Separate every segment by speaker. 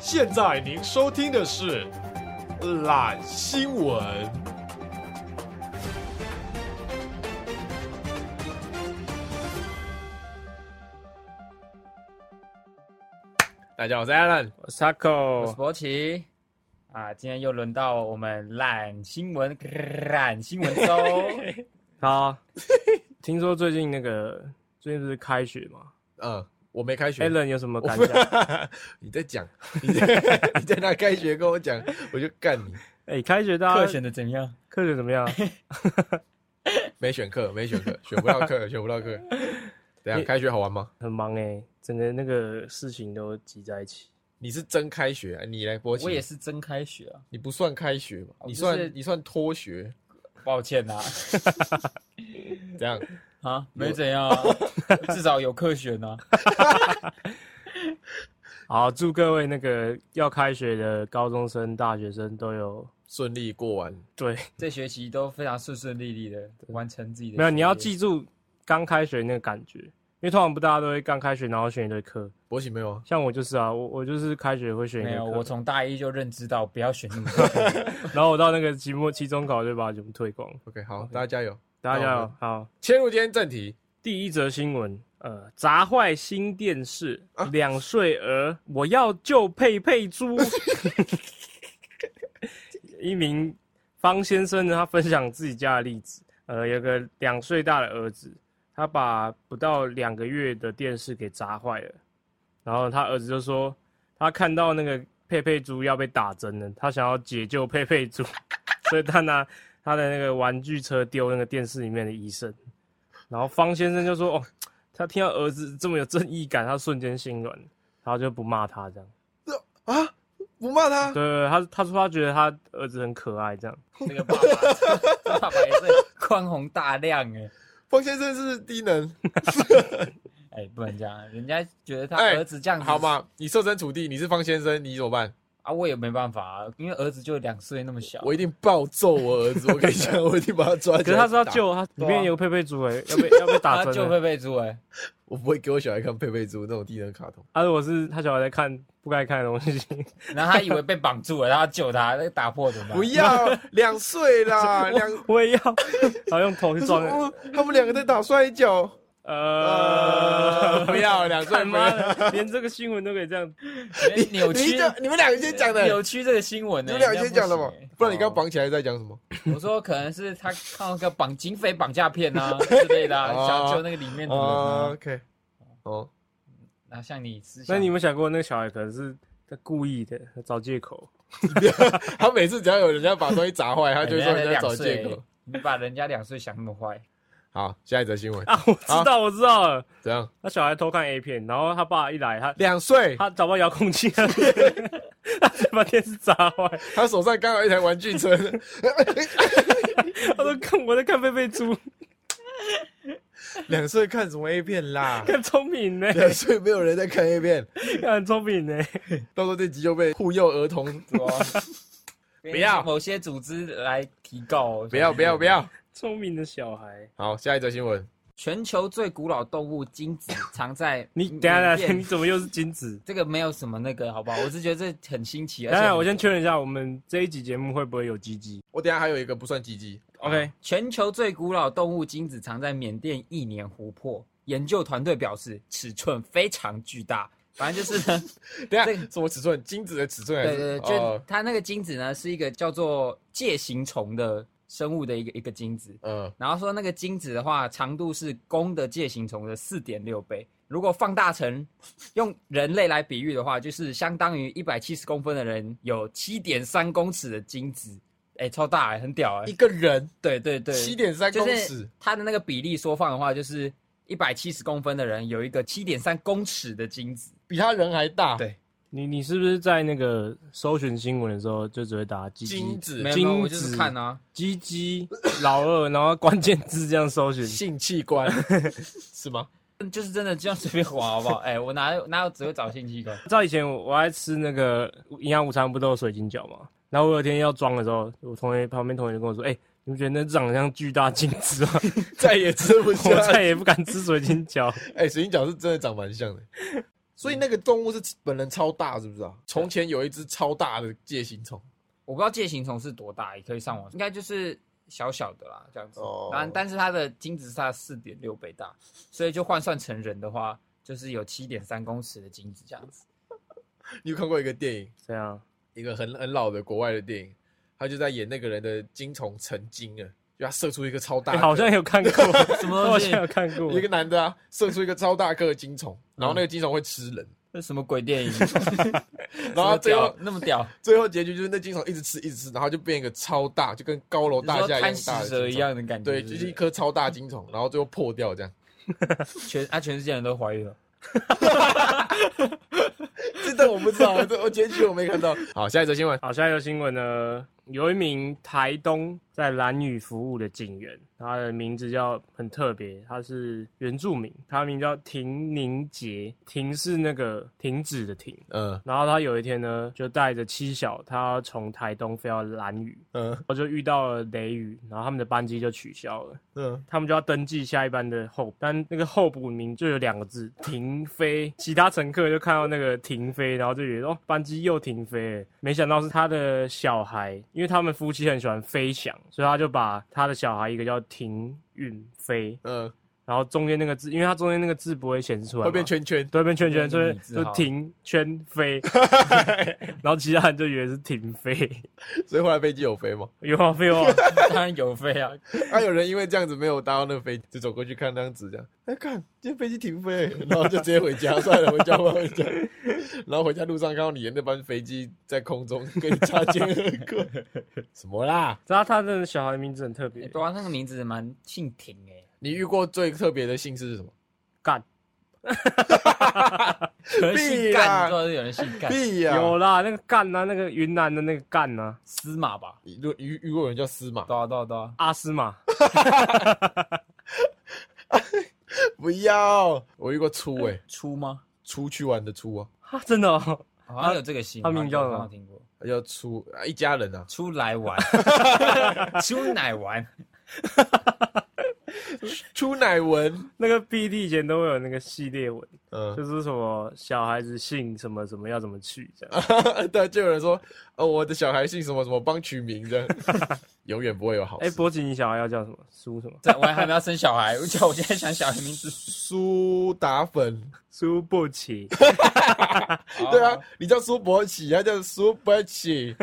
Speaker 1: 现在您收听的是《懒新闻》。大家好，我是 Alan。
Speaker 2: 嗯
Speaker 3: 我是 Taco，
Speaker 2: 我是博奇。啊，今天又轮到我们懒新闻，懒新闻周。
Speaker 3: 好，听说最近那个最近不是开学吗
Speaker 1: 嗯，我没开学。
Speaker 3: ？Allen 有什么
Speaker 1: 我
Speaker 3: 感
Speaker 1: 不
Speaker 3: 想？
Speaker 1: 你在讲，你在 你在那开学跟我讲，我就干你。
Speaker 3: 哎、开学大
Speaker 2: 课
Speaker 3: 家
Speaker 2: 选的怎样？
Speaker 3: 课学怎么 样？
Speaker 1: 没选课，没选课，选不到课，选不到课。怎样？
Speaker 3: 你
Speaker 1: 开学好玩吗？
Speaker 3: 很忙哎、整个那个事情都挤在一起。
Speaker 1: 你是真开学、啊，你来博奇，
Speaker 2: 我也是真开学啊，
Speaker 1: 你不算开学吧？
Speaker 3: 哦
Speaker 2: 我
Speaker 1: 你
Speaker 2: 就是
Speaker 1: 算你算脱学，
Speaker 2: 抱歉呐、
Speaker 1: 怎样？
Speaker 2: 啊，没怎样、啊，至少有课选啊。
Speaker 3: 好，祝各位那个要开学的高中生、大学生都有
Speaker 1: 顺利过完。
Speaker 3: 对，
Speaker 2: 这学期都非常顺顺利利的完成自己的。
Speaker 3: 没有你要，记住刚开学那个感觉，因为通常不大家都会刚开学然后选一堆课，
Speaker 1: 博喜没有啊？
Speaker 3: 像我就是啊，我我就是开学会选一
Speaker 2: 没
Speaker 3: 堆
Speaker 2: 有，
Speaker 3: 课，
Speaker 2: 我从大一就认知到不要选那么多。
Speaker 3: 然后我到那个期末、期中考就把它全部退光。
Speaker 1: OK，好大家加油！
Speaker 3: 大家
Speaker 1: 那我
Speaker 2: 哦
Speaker 3: 加
Speaker 1: 们
Speaker 3: 油，好。
Speaker 1: 切入今天正题，
Speaker 3: 第一则新闻，呃，砸坏新电视，两岁儿，我要救佩佩猪。一名方先生呢，他分享自己家的例子，呃，有个两岁大的儿子，他把不到两个月的电视给砸坏了，然后他儿子就说，他看到那个佩佩猪要被打针了，他想要解救佩佩猪，所以他拿他的那个玩具车丢那个电视里面的医生。然后方先生就说：“哦，他听到儿子这么有正义感，他瞬间心软，然后就不骂他这样。
Speaker 1: 啊，不骂他
Speaker 3: 对，对，对他他说他觉得他儿子很可爱这样。
Speaker 2: 那个爸 爸，这爸爸也是宽宏大量哎、
Speaker 1: 方先生是低能，
Speaker 2: 哎、不能这样，人家觉得他
Speaker 1: 哎
Speaker 2: 儿子这样
Speaker 3: 嗯
Speaker 2: 子、
Speaker 1: 好嘛？你设身处地，你是方先生，你怎么办？
Speaker 2: 啊，我也没办法、啊，因为儿子就两岁那么小，
Speaker 1: 我一定暴揍我儿子，我跟你讲，我一定把他抓起来。
Speaker 3: 可是他是要，救他，里面有佩佩猪哎、要被要被打
Speaker 2: 他
Speaker 3: 针
Speaker 2: 就
Speaker 3: 欸。
Speaker 2: 会被猪哎、
Speaker 1: 我不会给我小孩看佩佩猪那种低能卡通。
Speaker 3: 他如果是他小孩在看不该看的东西，
Speaker 2: 然后他以为被绑住了，然后救他，那个打破怎
Speaker 3: 啊
Speaker 2: 么办
Speaker 1: 不？要，两岁 啦，两。
Speaker 3: 我也要，然后用头去
Speaker 1: 他说
Speaker 3: 撞那个。
Speaker 1: 哦他们两个在打摔跤。
Speaker 3: 呃，
Speaker 1: 不要两岁
Speaker 3: 干妈的，连这个新闻都可以这样。
Speaker 2: 哎扭
Speaker 1: 你
Speaker 2: 曲，
Speaker 1: 讲，你们两个先讲的，
Speaker 2: 扭曲这个新闻
Speaker 1: 你
Speaker 2: 呢、
Speaker 1: 们
Speaker 2: 这
Speaker 1: 两
Speaker 2: 样
Speaker 1: 个
Speaker 2: 不
Speaker 1: 先讲的嘛
Speaker 2: 行欸，
Speaker 3: 哦
Speaker 1: 不然你刚绑起来在讲什么？
Speaker 2: 我说可能是他看到个绑警匪绑架片啊之类的、啊，
Speaker 1: 哦
Speaker 2: 想救那个里面的人、
Speaker 1: 哦
Speaker 2: 啊。
Speaker 1: OK，哦，
Speaker 2: 然后像你之前，
Speaker 3: 那你有没有想过，那个小孩可能是他故意的，他找借口？
Speaker 1: 哦 他每次只要有人家把东西砸坏，他
Speaker 2: 哎
Speaker 1: 就
Speaker 2: 人
Speaker 1: 说
Speaker 2: 家才
Speaker 1: 人家找
Speaker 2: 两
Speaker 1: 借
Speaker 2: 岁
Speaker 1: 口。，
Speaker 2: 你把人家两岁想那么坏，
Speaker 1: 好，下一则新闻
Speaker 3: 啊，我知道，我知道了。
Speaker 1: 怎样？
Speaker 3: 他小孩偷看 A 片，然后他爸一来，他
Speaker 1: 两岁，
Speaker 3: 他找不到遥控器，啊 他就把电视砸坏。
Speaker 1: 他手上刚好有一台玩具 车，
Speaker 3: 他说：“看我在看贝贝猪，
Speaker 1: 两岁看什么 A 片啦？
Speaker 3: 看聪明呢，
Speaker 1: 两岁没有人在看 A 片，
Speaker 3: 看很聪明呢。
Speaker 1: 到时候这集就被护幼儿童。
Speaker 2: 对吧？
Speaker 1: 啊 不要
Speaker 2: 某些组织来提告，哦
Speaker 1: 不要不要不要！
Speaker 3: 聪明的小孩。
Speaker 1: 好，下一则新闻，
Speaker 2: 全球最古老动物精子藏在
Speaker 3: 你等一下，等
Speaker 2: 缅
Speaker 3: 一下，
Speaker 2: 甸
Speaker 3: 你怎么又是金子？
Speaker 2: 这个没有什么那个，好不好？我是觉得这很新奇，而
Speaker 3: 等一
Speaker 2: 且
Speaker 3: 下，我先确认一下，我们这一集节目会不会有鸡鸡
Speaker 1: 我等一下还有一个不算鸡鸡。
Speaker 3: ？OK，
Speaker 2: 啊全球最古老动物精子藏在缅甸一年湖泊，研究团队表示尺寸非常巨大。反 正就是呢，
Speaker 1: 等一
Speaker 2: 这
Speaker 1: 下什么尺寸？精子的尺寸还
Speaker 2: 对
Speaker 1: 是？
Speaker 2: 对对，就
Speaker 1: 哦
Speaker 2: 它那个精子呢是一个叫做介形虫的生物的一个一个精子。
Speaker 1: 嗯，
Speaker 2: 然后说那个精子的话，长度是公的介形虫的四点六倍。如果放大成用人类来比喻的话，就是相当于一百七十公分的人有七点三公尺的精子，哎、超大、哎，很屌哎、
Speaker 1: 一个人
Speaker 2: 对对对，
Speaker 1: 七点三
Speaker 2: 就
Speaker 1: 公
Speaker 2: 是
Speaker 1: 尺，
Speaker 2: 它的那个比例缩放的话，就是一百七十公分的人有一个七点三公尺的精子。
Speaker 1: 比他人还大。
Speaker 2: 对
Speaker 3: 你你是不是在那个搜寻新闻的时候就只会打鸡
Speaker 1: 精
Speaker 3: 鸡、
Speaker 1: 子
Speaker 2: 没有，
Speaker 3: 精
Speaker 2: 没
Speaker 3: 子
Speaker 2: 有我就是看啊，
Speaker 3: 鸡鸡、老二，然后关键字这样搜寻？
Speaker 1: 性器 官是吗？
Speaker 2: 就是真的这样随便划好不好？哎、我哪有哪有只会找性器官？
Speaker 3: 照以前我我爱吃那个营养午餐，不都有水晶饺嘛？然后我有一天要装的时候，我同学旁边同学就跟我说：“哎、你们觉得那长得像巨大镜子 吗？
Speaker 1: 再也吃不下
Speaker 3: 我 再
Speaker 1: 来。
Speaker 3: 也不敢吃水晶饺。
Speaker 1: 哎、水晶饺是真的长蛮像的。所以那个动物是本人超大，是不是啊？从前有一只超大的介形虫，
Speaker 2: 我不知道介形虫是多大，也可以上网，应该就是小小的啦，这样子。
Speaker 1: 哦
Speaker 2: 然后，但是它的精子是它四点六倍大，所以就换算成人的话，就是有七点三公尺的精子这样子。
Speaker 1: 你有看过一个电影，
Speaker 3: 这样
Speaker 1: 一个很很老的国外的电影，他就在演那个人的精虫成精了，就他射出一个超大
Speaker 2: 哎
Speaker 3: 欸
Speaker 1: 的、
Speaker 3: 好像有看过， 我
Speaker 2: 什么
Speaker 3: 好
Speaker 2: 东西
Speaker 3: 像？有看过，
Speaker 1: 一个男的啊，射出一个超大颗的精虫，然后那个精虫会吃人，
Speaker 2: 这什么鬼电 影？
Speaker 1: 然后最后
Speaker 2: 那么屌，
Speaker 1: 最后结局就是那精虫一直吃一直吃，然后就变一个超大，就跟高楼
Speaker 2: 你
Speaker 1: 大
Speaker 2: 说
Speaker 1: 厦一样
Speaker 2: 贪
Speaker 1: 大的
Speaker 2: 食蛇一
Speaker 1: 精虫
Speaker 2: 样的感觉。
Speaker 1: 对，就是一颗超大精虫，然后最后破掉这样。
Speaker 2: 全啊，全世界人都怀孕 了。
Speaker 1: 这段我不知道，这我结局我没看到。好，下一则新闻，
Speaker 3: 好，下一个新闻呢，有一名台东在蓝屿服务的警员，他的名字叫很特别，他是原住民，他的名叫停宁杰，停是那个停止的停。
Speaker 1: 嗯
Speaker 3: 然后他有一天呢，就带着妻小，他要从台东飞到蓝屿，
Speaker 1: 嗯
Speaker 3: 然后就遇到了雷雨，然后他们的班机就取消了，
Speaker 1: 嗯，
Speaker 3: 他们就要登记下一班的候，但那个候补名就有两个字“停飞”，其他乘客就看到那个“停飞”，然后就觉得哦，班机又停飞了。没想到是他的小孩，因为他们夫妻很喜欢飞翔，所以他就把他的小孩一个叫停运飞，
Speaker 1: 嗯，
Speaker 3: 然后中间那个字，因为他中间那个字不会显示出来嘛，
Speaker 1: 会变圈圈。
Speaker 3: 对，变圈圈，所以
Speaker 2: 变成
Speaker 3: 就
Speaker 2: 李志豪
Speaker 3: 停圈飞，然后其他人就以为是停飞，
Speaker 1: 所以后来飞机有飞吗？
Speaker 3: 有啊，废话。
Speaker 2: 当然有飞啊，
Speaker 1: 啊，有人因为这样子没有搭到那个飞机，就走过去看张纸，这样，哎、看今天飞机停飞，然后就直接回家，算了，回家吧，回家。 然后回家路上看到你的那班飞机在空中跟你擦肩而 过，什么啦？
Speaker 3: 知道他的小孩的名字很特别
Speaker 2: 欸，对啊，那个名字蛮姓挺哎、
Speaker 1: 你遇过最特别的姓氏是什么？
Speaker 3: 干
Speaker 2: 有人姓
Speaker 1: 屁
Speaker 2: 干，
Speaker 1: 啦
Speaker 2: 你知道有人姓干，
Speaker 1: 屁呀、
Speaker 3: 有啦，那个干啊，那个云南的那个干啊，
Speaker 2: 司马吧？
Speaker 1: 你遇遇遇过有人叫司马？
Speaker 2: 对啊，对啊，对啊，
Speaker 3: 阿斯玛，
Speaker 1: 不要，我遇过出哎、
Speaker 2: 出吗？
Speaker 1: 出去玩的出啊，
Speaker 3: 啊真的、哦，
Speaker 2: 好像有这个姓，
Speaker 3: 他名叫什么
Speaker 2: 好像听过。
Speaker 1: 叫出啊，一家人啊，
Speaker 2: 出来 玩，出奶玩，
Speaker 1: 出乃文，
Speaker 3: 那个 BD 以前都会有那个系列文，
Speaker 1: 嗯，
Speaker 3: 就是什么小孩子姓什么什么要怎么取这样，
Speaker 1: 对，就有人说，哦，我的小孩姓什么什么，帮取名这样， 永远不会有好
Speaker 3: 哎、
Speaker 1: 事。
Speaker 3: 博吉你小孩要叫什么？苏什么？
Speaker 2: 这我还没有生小孩，我叫我现在想小孩名 字。
Speaker 1: 苏打粉，
Speaker 3: 苏不起，
Speaker 2: 哦
Speaker 1: 对啊，你叫苏博起，他叫苏博起。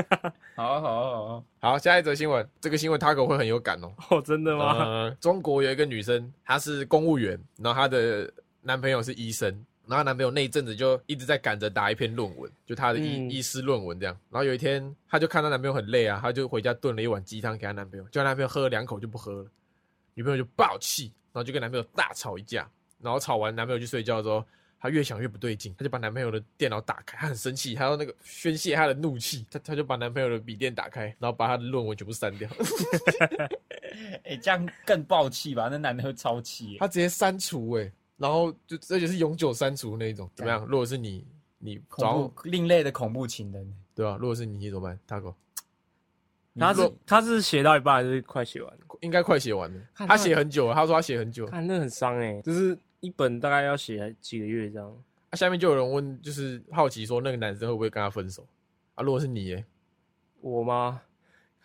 Speaker 2: 好，好好好好，
Speaker 1: 好，下一则新闻，这个新闻 Taco 会很有感哦。
Speaker 3: 哦，真的吗？
Speaker 1: 呃，中国有一个女生，她是公务员，然后她的男朋友是医生，然后她男朋友那一阵子就一直在赶着打一篇论文，就她的医、
Speaker 3: 嗯
Speaker 1: 医师论文这样。然后有一天，她就看她男朋友很累啊，她就回家炖了一碗鸡汤给她男朋友，叫她男朋友喝了两口就不喝了，女朋友就爆气，然后就跟男朋友大吵一架，然后吵完男朋友去睡觉之后。她越想越不对劲，她就把男朋友的电脑打开，她很生气，她要那个宣泄她的怒气，她她就把男朋友的笔电打开，然后把她的论文全部删掉。
Speaker 2: 哎、这样更爆气吧？那男的会超气耶、
Speaker 1: 他直接删除哎、然后就而且是永久删除那一种，怎
Speaker 3: 啊
Speaker 1: 么样？如果是你，你
Speaker 2: 恐怖另类的恐怖情人。
Speaker 1: 对吧、如果是你，你怎么办？大狗
Speaker 3: 他是他是写到一半还是快写完了？
Speaker 1: 应该快写完了，
Speaker 3: 看他
Speaker 1: 他写很久了，他说他写很久了。
Speaker 3: 看那很伤哎、就是一本大概要写几个月这样。
Speaker 1: 啊、下面就有人问，就是好奇说那个男生会不会跟他分手啊？如果是你耶，
Speaker 3: 我吗？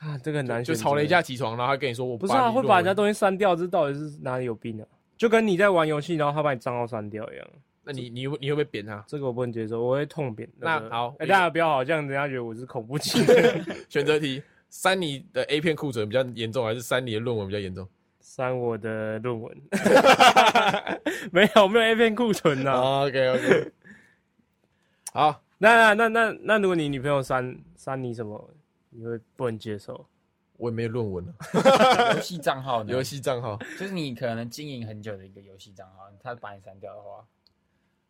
Speaker 3: 啊，这个很难
Speaker 1: 就
Speaker 3: 选择
Speaker 1: 吵了一架起床，然后他跟你说我
Speaker 3: 不是啊，
Speaker 1: 你论
Speaker 3: 会
Speaker 1: 文
Speaker 3: 把人家，东西删掉，这到底是哪里有病啊？就跟你在玩游戏，然后他把你账号删掉一样，
Speaker 1: 那你你会你会不会扁他？
Speaker 3: 这个我不能接受，我会痛扁。
Speaker 1: 那
Speaker 3: 个
Speaker 1: 好
Speaker 3: 哎，大家不要好像人家觉得我是恐怖情人，
Speaker 1: 选择题，删你的 A 片库存比较严重，还是删你的论文比较严重？
Speaker 3: 删我的论文， 没有没有 A 片库存啊呐、
Speaker 1: OK OK，好，
Speaker 3: 那那那那那，如果你女朋友删删你什么，你会不能接受？
Speaker 1: 我也没有论文了，
Speaker 2: 游戏账号呢？
Speaker 1: 游戏账号。
Speaker 2: 就是你可能经营很久的一个游戏账号，他把你删掉的话，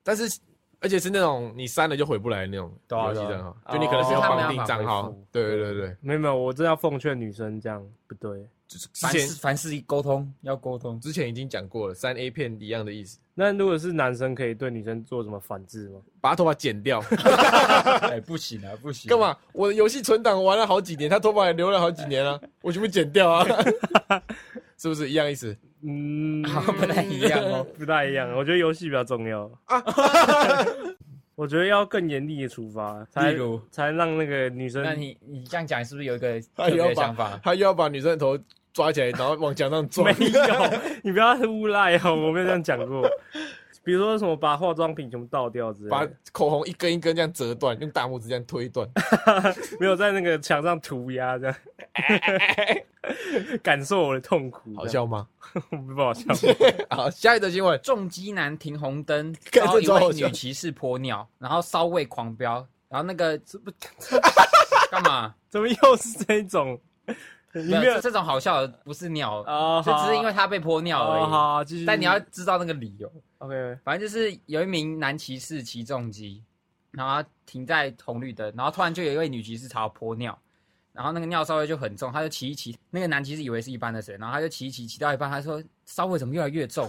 Speaker 1: 但是而且是那种你删了就回不来的那种
Speaker 2: 对啊
Speaker 1: 游戏
Speaker 2: 对啊
Speaker 1: 账号，
Speaker 3: 哦
Speaker 1: 就你可能没有绑
Speaker 2: 就是他没
Speaker 1: 定
Speaker 2: 有
Speaker 1: 账
Speaker 2: 办法
Speaker 1: 号
Speaker 2: 回复。
Speaker 1: 对对对对，
Speaker 3: 没有没有，我真的要奉劝女生这样不对。
Speaker 1: 就是之
Speaker 2: 凡事
Speaker 1: 前
Speaker 2: 凡事沟通要沟 通。
Speaker 1: 之前已经讲过了，删 A 片一样的意思，
Speaker 3: 那如果是男生，可以对女生做什么反制吗？
Speaker 1: 把他头发剪掉，
Speaker 2: 哎、不行啊，不行、
Speaker 1: 干？嘛？我的游戏存档玩了好几年，他头发也留了好几年 啊，我全部剪掉啊，是不是一样意思？
Speaker 3: 嗯，
Speaker 2: 不太一样哦。
Speaker 1: 嗯
Speaker 3: 不太一样，我觉得游戏比较重要。 我觉得要更严厉的处罚，才
Speaker 2: 例如
Speaker 3: 才让那个女生
Speaker 2: 那你你这样讲是不是有一个
Speaker 1: 他
Speaker 2: 特
Speaker 1: 又哎
Speaker 2: 别
Speaker 1: 要
Speaker 2: 的
Speaker 1: 把
Speaker 2: 想法？
Speaker 1: 他又要把女生的头抓起来，然后往墙上撞
Speaker 3: 没。有，你不要诬赖哦，我没有这样讲过。比如说什么把化妆品全部倒掉之 类
Speaker 1: 把
Speaker 3: 的，
Speaker 1: 口红一根一根这样折断，用大拇指这样推断。
Speaker 3: 没有在那个墙上涂 鸦这样，感受我的痛苦，
Speaker 1: 好，笑吗？
Speaker 3: 不好笑。
Speaker 1: 好，下一则新闻，
Speaker 2: 重击男停红灯，
Speaker 1: 干
Speaker 2: 遭
Speaker 1: 这
Speaker 2: 一
Speaker 1: 超好
Speaker 2: 位
Speaker 1: 笑
Speaker 2: 女骑士泼尿，然后骚味狂飙，然后那个这不 干嘛？
Speaker 3: 怎么又是这种？你
Speaker 2: 没
Speaker 3: 没有
Speaker 2: 有这种好笑的不是尿，
Speaker 3: 啊？
Speaker 2: 这只是因为
Speaker 3: 好
Speaker 2: 他被泼尿
Speaker 1: 啊
Speaker 3: 好
Speaker 2: 而已。
Speaker 3: 好，继续。
Speaker 2: 但你要知道那个理由，
Speaker 3: OK，
Speaker 2: 反正就是有一名男骑士骑重机，然后他停在红绿灯，然后突然就有一位女骑士朝他泼尿，然后那个尿稍微就很重，他就骑一骑，那个男骑士以为是一般的水，然后他就骑一骑，骑到一半，他说稍微怎么越来越重，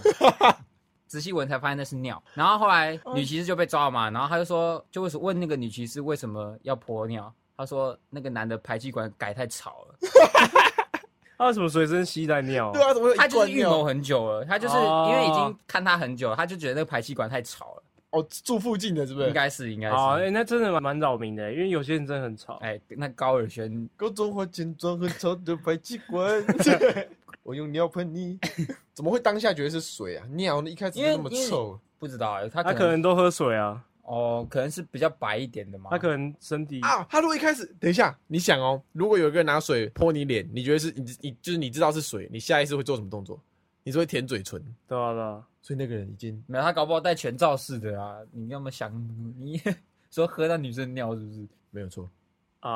Speaker 2: 仔细闻才发现那是尿，然后后来女骑士就被抓了嘛，然后他就说就为什问那个女骑士为什么要泼尿，他说那个男的排气管改太吵了。
Speaker 3: 他为什么随身携带尿
Speaker 1: 对？啊，怎么会有一
Speaker 2: 他哦就是
Speaker 1: 罐
Speaker 2: 预
Speaker 1: 尿
Speaker 2: 谋很久了，他就是
Speaker 3: 哦
Speaker 2: 因为已经看他很久了，他就觉得那个排气管太吵了，
Speaker 1: 哦，住附近的是不
Speaker 2: 应
Speaker 1: 是？
Speaker 2: 该是应该
Speaker 3: 哦，哎，
Speaker 2: 是。
Speaker 3: 那真的蛮蛮扰民的，因为有些人真的很吵。
Speaker 2: 哎，那高尔宣，
Speaker 1: 高中花钱装很潮的排气管，我用尿喷你。怎么会当下觉得是水啊？尿一开始就那么
Speaker 2: 因为因为
Speaker 1: 臭，
Speaker 2: 不知道哎，他
Speaker 3: 他
Speaker 2: 可
Speaker 3: 可
Speaker 2: 能
Speaker 3: 能都喝水啊，
Speaker 2: 哦，可能是比较白一点的嘛。
Speaker 3: 他可能身体
Speaker 1: 啊！他如果一开始，等一下，你想哦，如果有一个人拿水泼你脸，你觉得是你你就是你知道是水，你下意识会做什么动作？你是会舔嘴唇，
Speaker 3: 对啊对啊，
Speaker 1: 所以那个人已经
Speaker 2: 没有，他搞不好戴全罩式的啊。你那么想，你 说喝到女生尿是不是？
Speaker 1: 没有错。
Speaker 3: 呃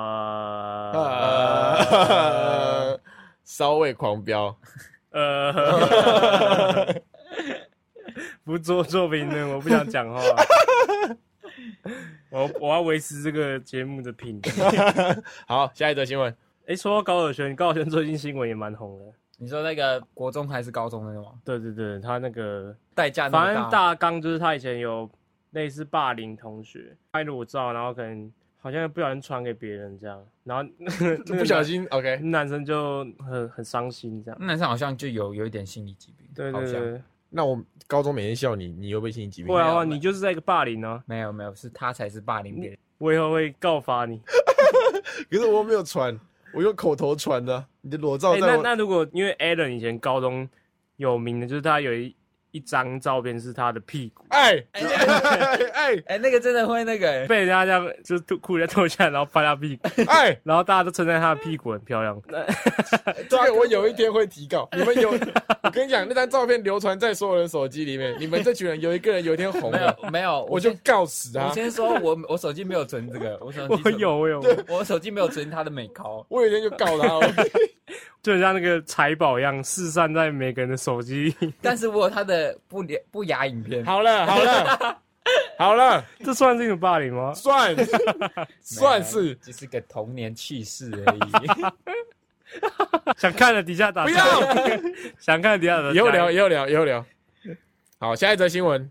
Speaker 2: 啊
Speaker 1: 呃，稍微狂飙，
Speaker 3: 呃， 不做作评论，我不想讲 话。我我要维持这个节目的品 质。
Speaker 1: 好，下一则新闻，
Speaker 3: 哎、说到高尔宣，高尔宣最近新闻也蛮红的。
Speaker 2: 你说那个国中还是高中的那种，
Speaker 3: 对对对，他那个
Speaker 2: 代价那
Speaker 3: 反
Speaker 2: 么
Speaker 3: 正
Speaker 2: 大，
Speaker 3: 大纲就是他以前有类似霸凌同学拍裸照，然后可能好像不小心传给别人这样，然后
Speaker 1: 这不小心，OK，
Speaker 3: 男生就很很伤心这样。
Speaker 2: 那男生好像就有有一点心理疾病，
Speaker 3: 对
Speaker 2: 好
Speaker 3: 对
Speaker 2: 像
Speaker 3: 对，
Speaker 1: 那我高中每天笑你，你又被心理疾病
Speaker 3: 会，啊
Speaker 2: 没有
Speaker 3: 会啊，你就是在一个霸凌啊，
Speaker 2: 没有没有，是他才是霸凌别人。
Speaker 3: 我以后会告发 你。
Speaker 1: 可是我又没有传，我用口头传的，你的裸照
Speaker 3: 哎、那
Speaker 1: 在我，
Speaker 3: 那如果因为 Alan 以前高中有名的，就是他有一一张照片是他的屁股
Speaker 1: 哎哎
Speaker 2: 哎，那个真的会那个，欸
Speaker 3: 被人家这样就是吐裤子脱下来，然后拍他屁股，
Speaker 1: 哎，
Speaker 3: 然后大家都称赞他的屁股很漂 亮。那
Speaker 1: 这个我有一天会提 告，你们有，我跟你讲，那张照片流传在所有人手机里面，你们这群人有一个人有一天红
Speaker 2: 没
Speaker 1: 了，
Speaker 2: 有没有，
Speaker 1: 我就
Speaker 2: 先
Speaker 1: 告死
Speaker 2: 我
Speaker 1: 他。
Speaker 2: 先说我我手机没有存这个，我手机
Speaker 3: 我有我有，
Speaker 2: 我手机没有存他的美高，
Speaker 1: 我有一天就告他了，
Speaker 3: 就很像那个财宝一样，四散在每个人的手机里。
Speaker 2: 但是我有他的不良不雅影片。
Speaker 1: 好了好了 好了，
Speaker 3: 这算是一种霸凌吗？
Speaker 1: 算算
Speaker 2: 没有
Speaker 1: 是
Speaker 2: 只是个童年趣事 而已。
Speaker 3: 想看的底下打
Speaker 1: 不
Speaker 3: 出
Speaker 1: 要
Speaker 3: 来， 想看的底呃下打出来。
Speaker 1: 以后聊，以后聊，以后聊。好，下一则新闻，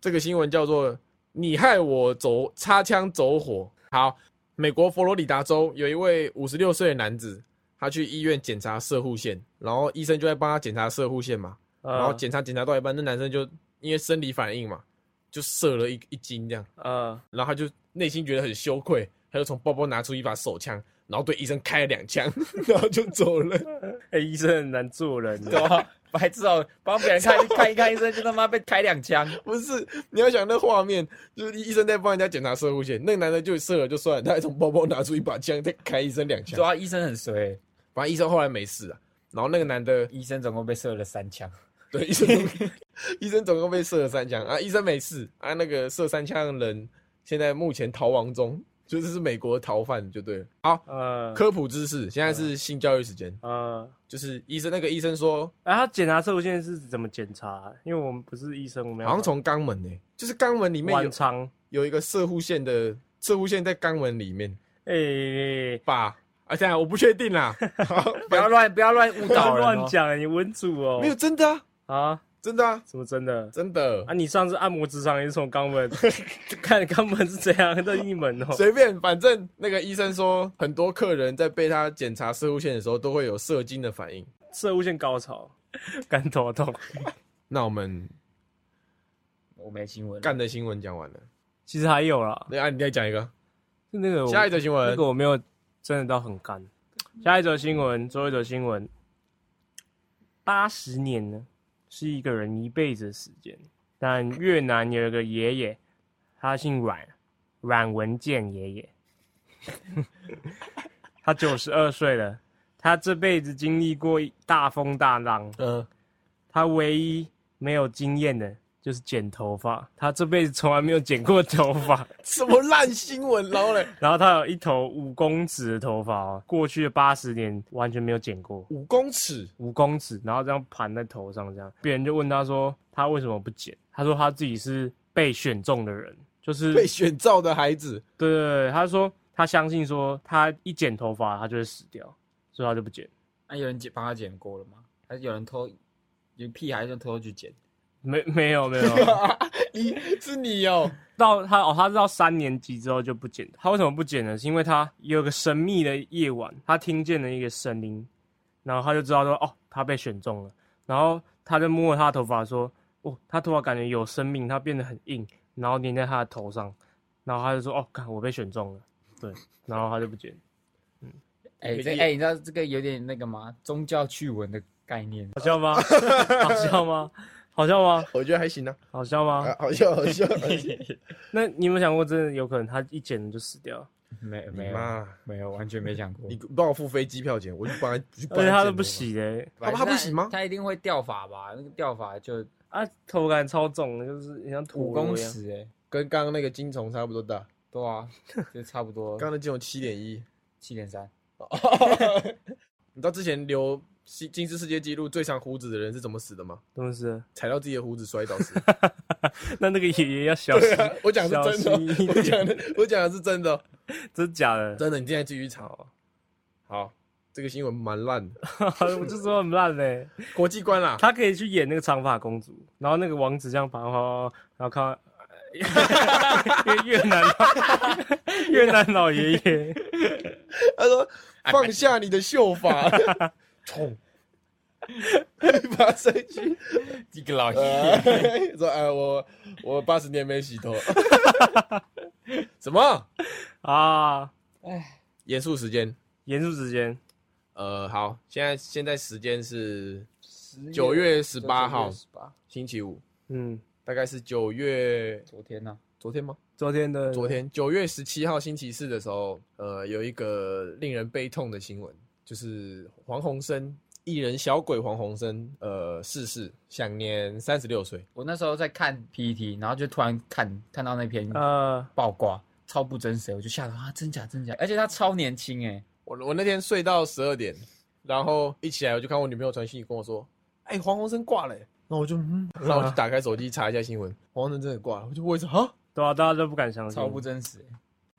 Speaker 1: 这个新闻叫做“你害我走擦枪走火”。好，美国佛罗里达州有一位五十六岁的男子，他去医院检查射护线，然后医生就在帮他检查射护线嘛，
Speaker 3: 嗯，
Speaker 1: 然后检查检查到一半，那男生就因为生理反应嘛，就射了一一斤这样，
Speaker 3: 呃，
Speaker 1: 然后他就内心觉得很羞愧，他就从包包拿出一把手枪，然后对医生开了两枪， 然后就走了。
Speaker 3: 哎，医生很难做人的。
Speaker 2: 对吧？白痴哦，帮别人看看一看医生，就他妈被开两 枪。
Speaker 1: 不是，你要想那画面，就是医生在帮人家检查射护线，那个男的就射了就算了，他还从包包拿出一把枪，再开医生两
Speaker 2: 主
Speaker 1: 枪。
Speaker 2: 啊要医生很衰，
Speaker 1: 反正医生后来没事啊。然后那个男的，
Speaker 2: 医生总共被射了三枪。
Speaker 1: 对医生总，医生总共被射了三枪啊，医生没事啊。那个射三枪的人现在目前逃亡中，就是是美国逃犯就对了。好，
Speaker 3: 呃
Speaker 1: 科普知识，现在是性教育时间，
Speaker 3: 呃，
Speaker 1: 就是医生那个医生说，
Speaker 3: 啊，他检查射物线是怎么检查啊？因为我们不是医生，我们要
Speaker 1: 好像从肛门呢、就是肛门里面
Speaker 3: 晚
Speaker 1: 有
Speaker 3: 肠。
Speaker 1: 有一个射护线的射护线在肛门里面。
Speaker 3: 哎、
Speaker 1: 吧？啊，这样我不确定 啦。好
Speaker 2: 不要乱不要乱误
Speaker 3: 不要
Speaker 2: 导人、哦，
Speaker 3: 乱讲，你文主哦。
Speaker 1: 没有真的啊，
Speaker 3: 啊？
Speaker 1: 真的啊，
Speaker 3: 什么真的？
Speaker 1: 真的
Speaker 3: 啊，，你上次按摩职场也是从肛门，就看肛门是怎样的一门哦。
Speaker 1: 随便，反正那个医生说，很多客人在被他检查射物线的时候，都会有射精的反应。
Speaker 3: 射物线高潮，干头痛。
Speaker 1: 那我们
Speaker 2: 我没新闻。
Speaker 1: 干的新闻讲完了，
Speaker 3: 其实还有啦，
Speaker 1: 那啊，你再讲一个，
Speaker 3: 就那个我
Speaker 1: 下一则新闻
Speaker 3: 那个我没有真的到很干。下一则新闻，最后一则新闻，八十年呢是一个人一辈子的时间。但越南有一个爷爷，他姓阮，阮文健爷爷， 他九十二岁了，他这辈子经历过大风大浪，
Speaker 1: 嗯，
Speaker 3: 他唯一没有经验的就是剪头发，他这辈子从来没有剪过头发。
Speaker 1: 什么烂新闻，然后嘞，
Speaker 3: 然后他有一头五公尺的头发、哦，过去的八十年完全没有剪过
Speaker 1: 五公尺，
Speaker 3: 五公尺，然后这样盘在头上，这样别人就问他说他为什么不剪？他说他自己是被选中的人，就是
Speaker 1: 被选召的孩子，
Speaker 3: 对对对，他说他相信说他一剪头发他就会死掉，所以他就不剪。
Speaker 2: 那、啊有人剪帮他剪过了吗？还是有人偷，有屁孩就偷偷去剪？
Speaker 3: 没没有没有，
Speaker 1: 你是你哦，
Speaker 3: 到他哦，他是到三年级之后就不剪。他为什么不剪呢？是因为他有个神秘的夜晚，他听见了一个声音，然后他就知道说，哦，他被选中了。然后他就摸了他的头发，说，哦，他头发感觉有生命，它变得很硬，然后粘在他的头上。然后他就说，哦，看我被选中了。对，然后他就不剪。
Speaker 2: 哎、这哎、你知道这个有点那个吗？宗教趣闻的概 念。
Speaker 3: 好笑吗？好笑吗？好笑吗？
Speaker 1: 我觉得还行啊，
Speaker 3: 好笑吗
Speaker 1: 啊？好笑好 笑，好笑
Speaker 3: 那你有没有想过，真的有可能他一剪就死掉？
Speaker 2: 没
Speaker 1: 你
Speaker 2: 没有
Speaker 1: 妈，
Speaker 2: 没有，完全没想过
Speaker 1: 你。帮我付飞机票钱，我就帮他，我去帮
Speaker 3: 而且他
Speaker 1: 剪
Speaker 3: 都不
Speaker 1: 头发，
Speaker 3: 洗的、
Speaker 1: 啊他不洗吗
Speaker 2: 他一定会掉发吧？那个掉发就
Speaker 3: 啊，头感超重的，就是很像
Speaker 2: 五
Speaker 3: 土
Speaker 2: 公
Speaker 3: 楼一样。
Speaker 2: 尺哎、
Speaker 1: 跟刚刚那个金虫差不多大，
Speaker 2: 对啊，就差不多
Speaker 1: 刚刚的金虫七点一，
Speaker 2: 七点三。
Speaker 1: 你知道之前留西金氏世界纪录最长胡子的人是怎么死的吗？
Speaker 3: 怎么是？
Speaker 1: 踩到自己的胡子摔倒死。
Speaker 3: 那那个爷爷要小心，
Speaker 1: 我讲的是真的
Speaker 3: 小心一
Speaker 1: 哦，我讲的我讲的是真的哦，
Speaker 3: 真的假的？
Speaker 1: 真的，你现在继续吵。哦
Speaker 3: 好，
Speaker 1: 好，这个新闻蛮烂的，
Speaker 3: 我就说很烂嘞、
Speaker 1: 国际观啦，
Speaker 3: 他可以去演那个长发公主，然后那个王子这样爬，哦然后看到，因为越 南老越南老爷爷，
Speaker 1: 他说放下你的秀发， 冲，把身躯，
Speaker 2: 这个老
Speaker 1: 呃 说哎我我八十年没洗头， 什么？
Speaker 3: 啊，
Speaker 1: 严肃时间，
Speaker 3: 严肃之间，
Speaker 1: 呃，好，现在现在时间是九月十八号
Speaker 2: 十八，
Speaker 1: 星期五，
Speaker 3: 嗯，
Speaker 1: 大概是九月
Speaker 2: 昨天呢、
Speaker 1: 昨天吗？
Speaker 3: 昨天的
Speaker 1: 昨天九月十七号星期四的时候，呃，有一个令人悲痛的新闻，就是黄鸿升艺人小鬼黄鸿升，呃，逝世，享年三十六岁。
Speaker 2: 我那时候在看 PPT，然后就突然看看到那篇
Speaker 1: 嗯
Speaker 3: 呃，
Speaker 2: 爆瓜，超不真实，我就吓到啊，真假真假，而且他超年轻哎、
Speaker 1: 我我那天睡到十二点，然后一起来我就看我女朋友传讯息跟我说，哎、黄鸿升挂了、欸。然后我就，嗯，然后我就打开手机查一下新闻，黄鸿升真的挂了。我就我一说啊，
Speaker 3: 对啊，大家都不敢相信，
Speaker 2: 超不真实、欸。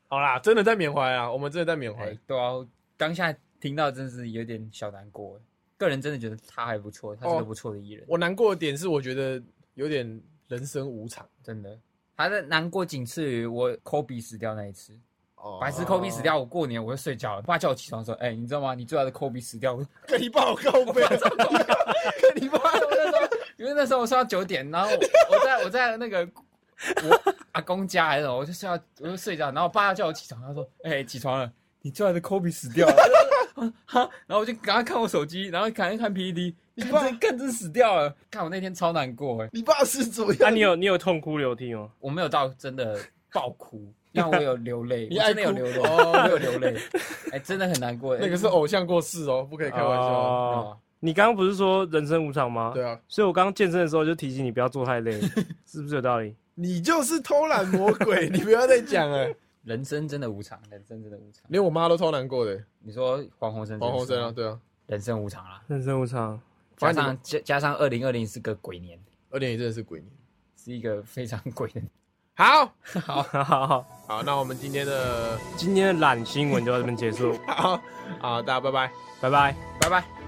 Speaker 1: 好 啦，真的在缅怀啊，我们真的在缅怀。
Speaker 2: 哎，对啊，当下听到真是有点小难过欸。个人真的觉得他还不错，他是
Speaker 1: 哦
Speaker 2: 个不错的艺人，
Speaker 1: 我难过的点是，我觉得有点人生无常。
Speaker 2: 真的。他的难过仅次于我科比死掉那一次，
Speaker 1: 哦
Speaker 2: 白痴科比死掉，我过年我就睡觉了，我爸叫我起床说，哎、你知道吗？你最爱的科比死掉，我
Speaker 1: 跟你爸我告白， 跟你爸
Speaker 2: 啊我那时候，因为那时候我睡到九点，然后我我在我在那个我阿公家还是什么，我就睡到我就睡觉，然后我爸叫我起床，他说：“哎、起床了，你最爱的 Kobe 死掉了。” 哈，然后我就赶快看我手机，然后赶快看 PPT，
Speaker 1: 你
Speaker 2: 看
Speaker 1: 爸
Speaker 2: 真看真死掉了，看我那天超难过哎，
Speaker 1: 你爸是怎么
Speaker 3: 那、
Speaker 1: 样？
Speaker 3: 啊你有你有痛哭流涕哦吗？
Speaker 2: 我没有到真的爆哭，但我有流泪，
Speaker 1: 你
Speaker 2: 我
Speaker 1: 爱
Speaker 2: 真的
Speaker 1: 哭
Speaker 2: 有流泪，
Speaker 1: 哦
Speaker 2: 我有流泪，哎、真的很难过哎，
Speaker 1: 那个是偶像过世哦，不可以开玩笑。
Speaker 3: 哦
Speaker 2: 哦，
Speaker 3: 你刚刚不是说人生无常吗？
Speaker 1: 对啊，
Speaker 3: 所以我刚刚健身的时候就提醒你不要做太累， 是不是有道理？
Speaker 1: 你就是偷懒魔鬼， 你不要再讲了。
Speaker 2: 人生真的无常，人生真的无常。
Speaker 1: 连我妈都偷懒过的，
Speaker 2: 你说黄鸿升，
Speaker 1: 黄鸿升啊，，对啊，
Speaker 2: 人生无常啦。
Speaker 3: 人生无常，
Speaker 2: 加
Speaker 1: 反正你
Speaker 2: 上加加上二零二零是个鬼年，
Speaker 1: 二点一真的是鬼年。
Speaker 2: 是一个非常 鬼的。
Speaker 1: 好
Speaker 3: 好好好，
Speaker 1: 好，那我们今天的
Speaker 3: 今天的懒新闻就到这边结束，
Speaker 1: 好啊，大家拜拜。
Speaker 3: 拜拜。
Speaker 2: 拜拜。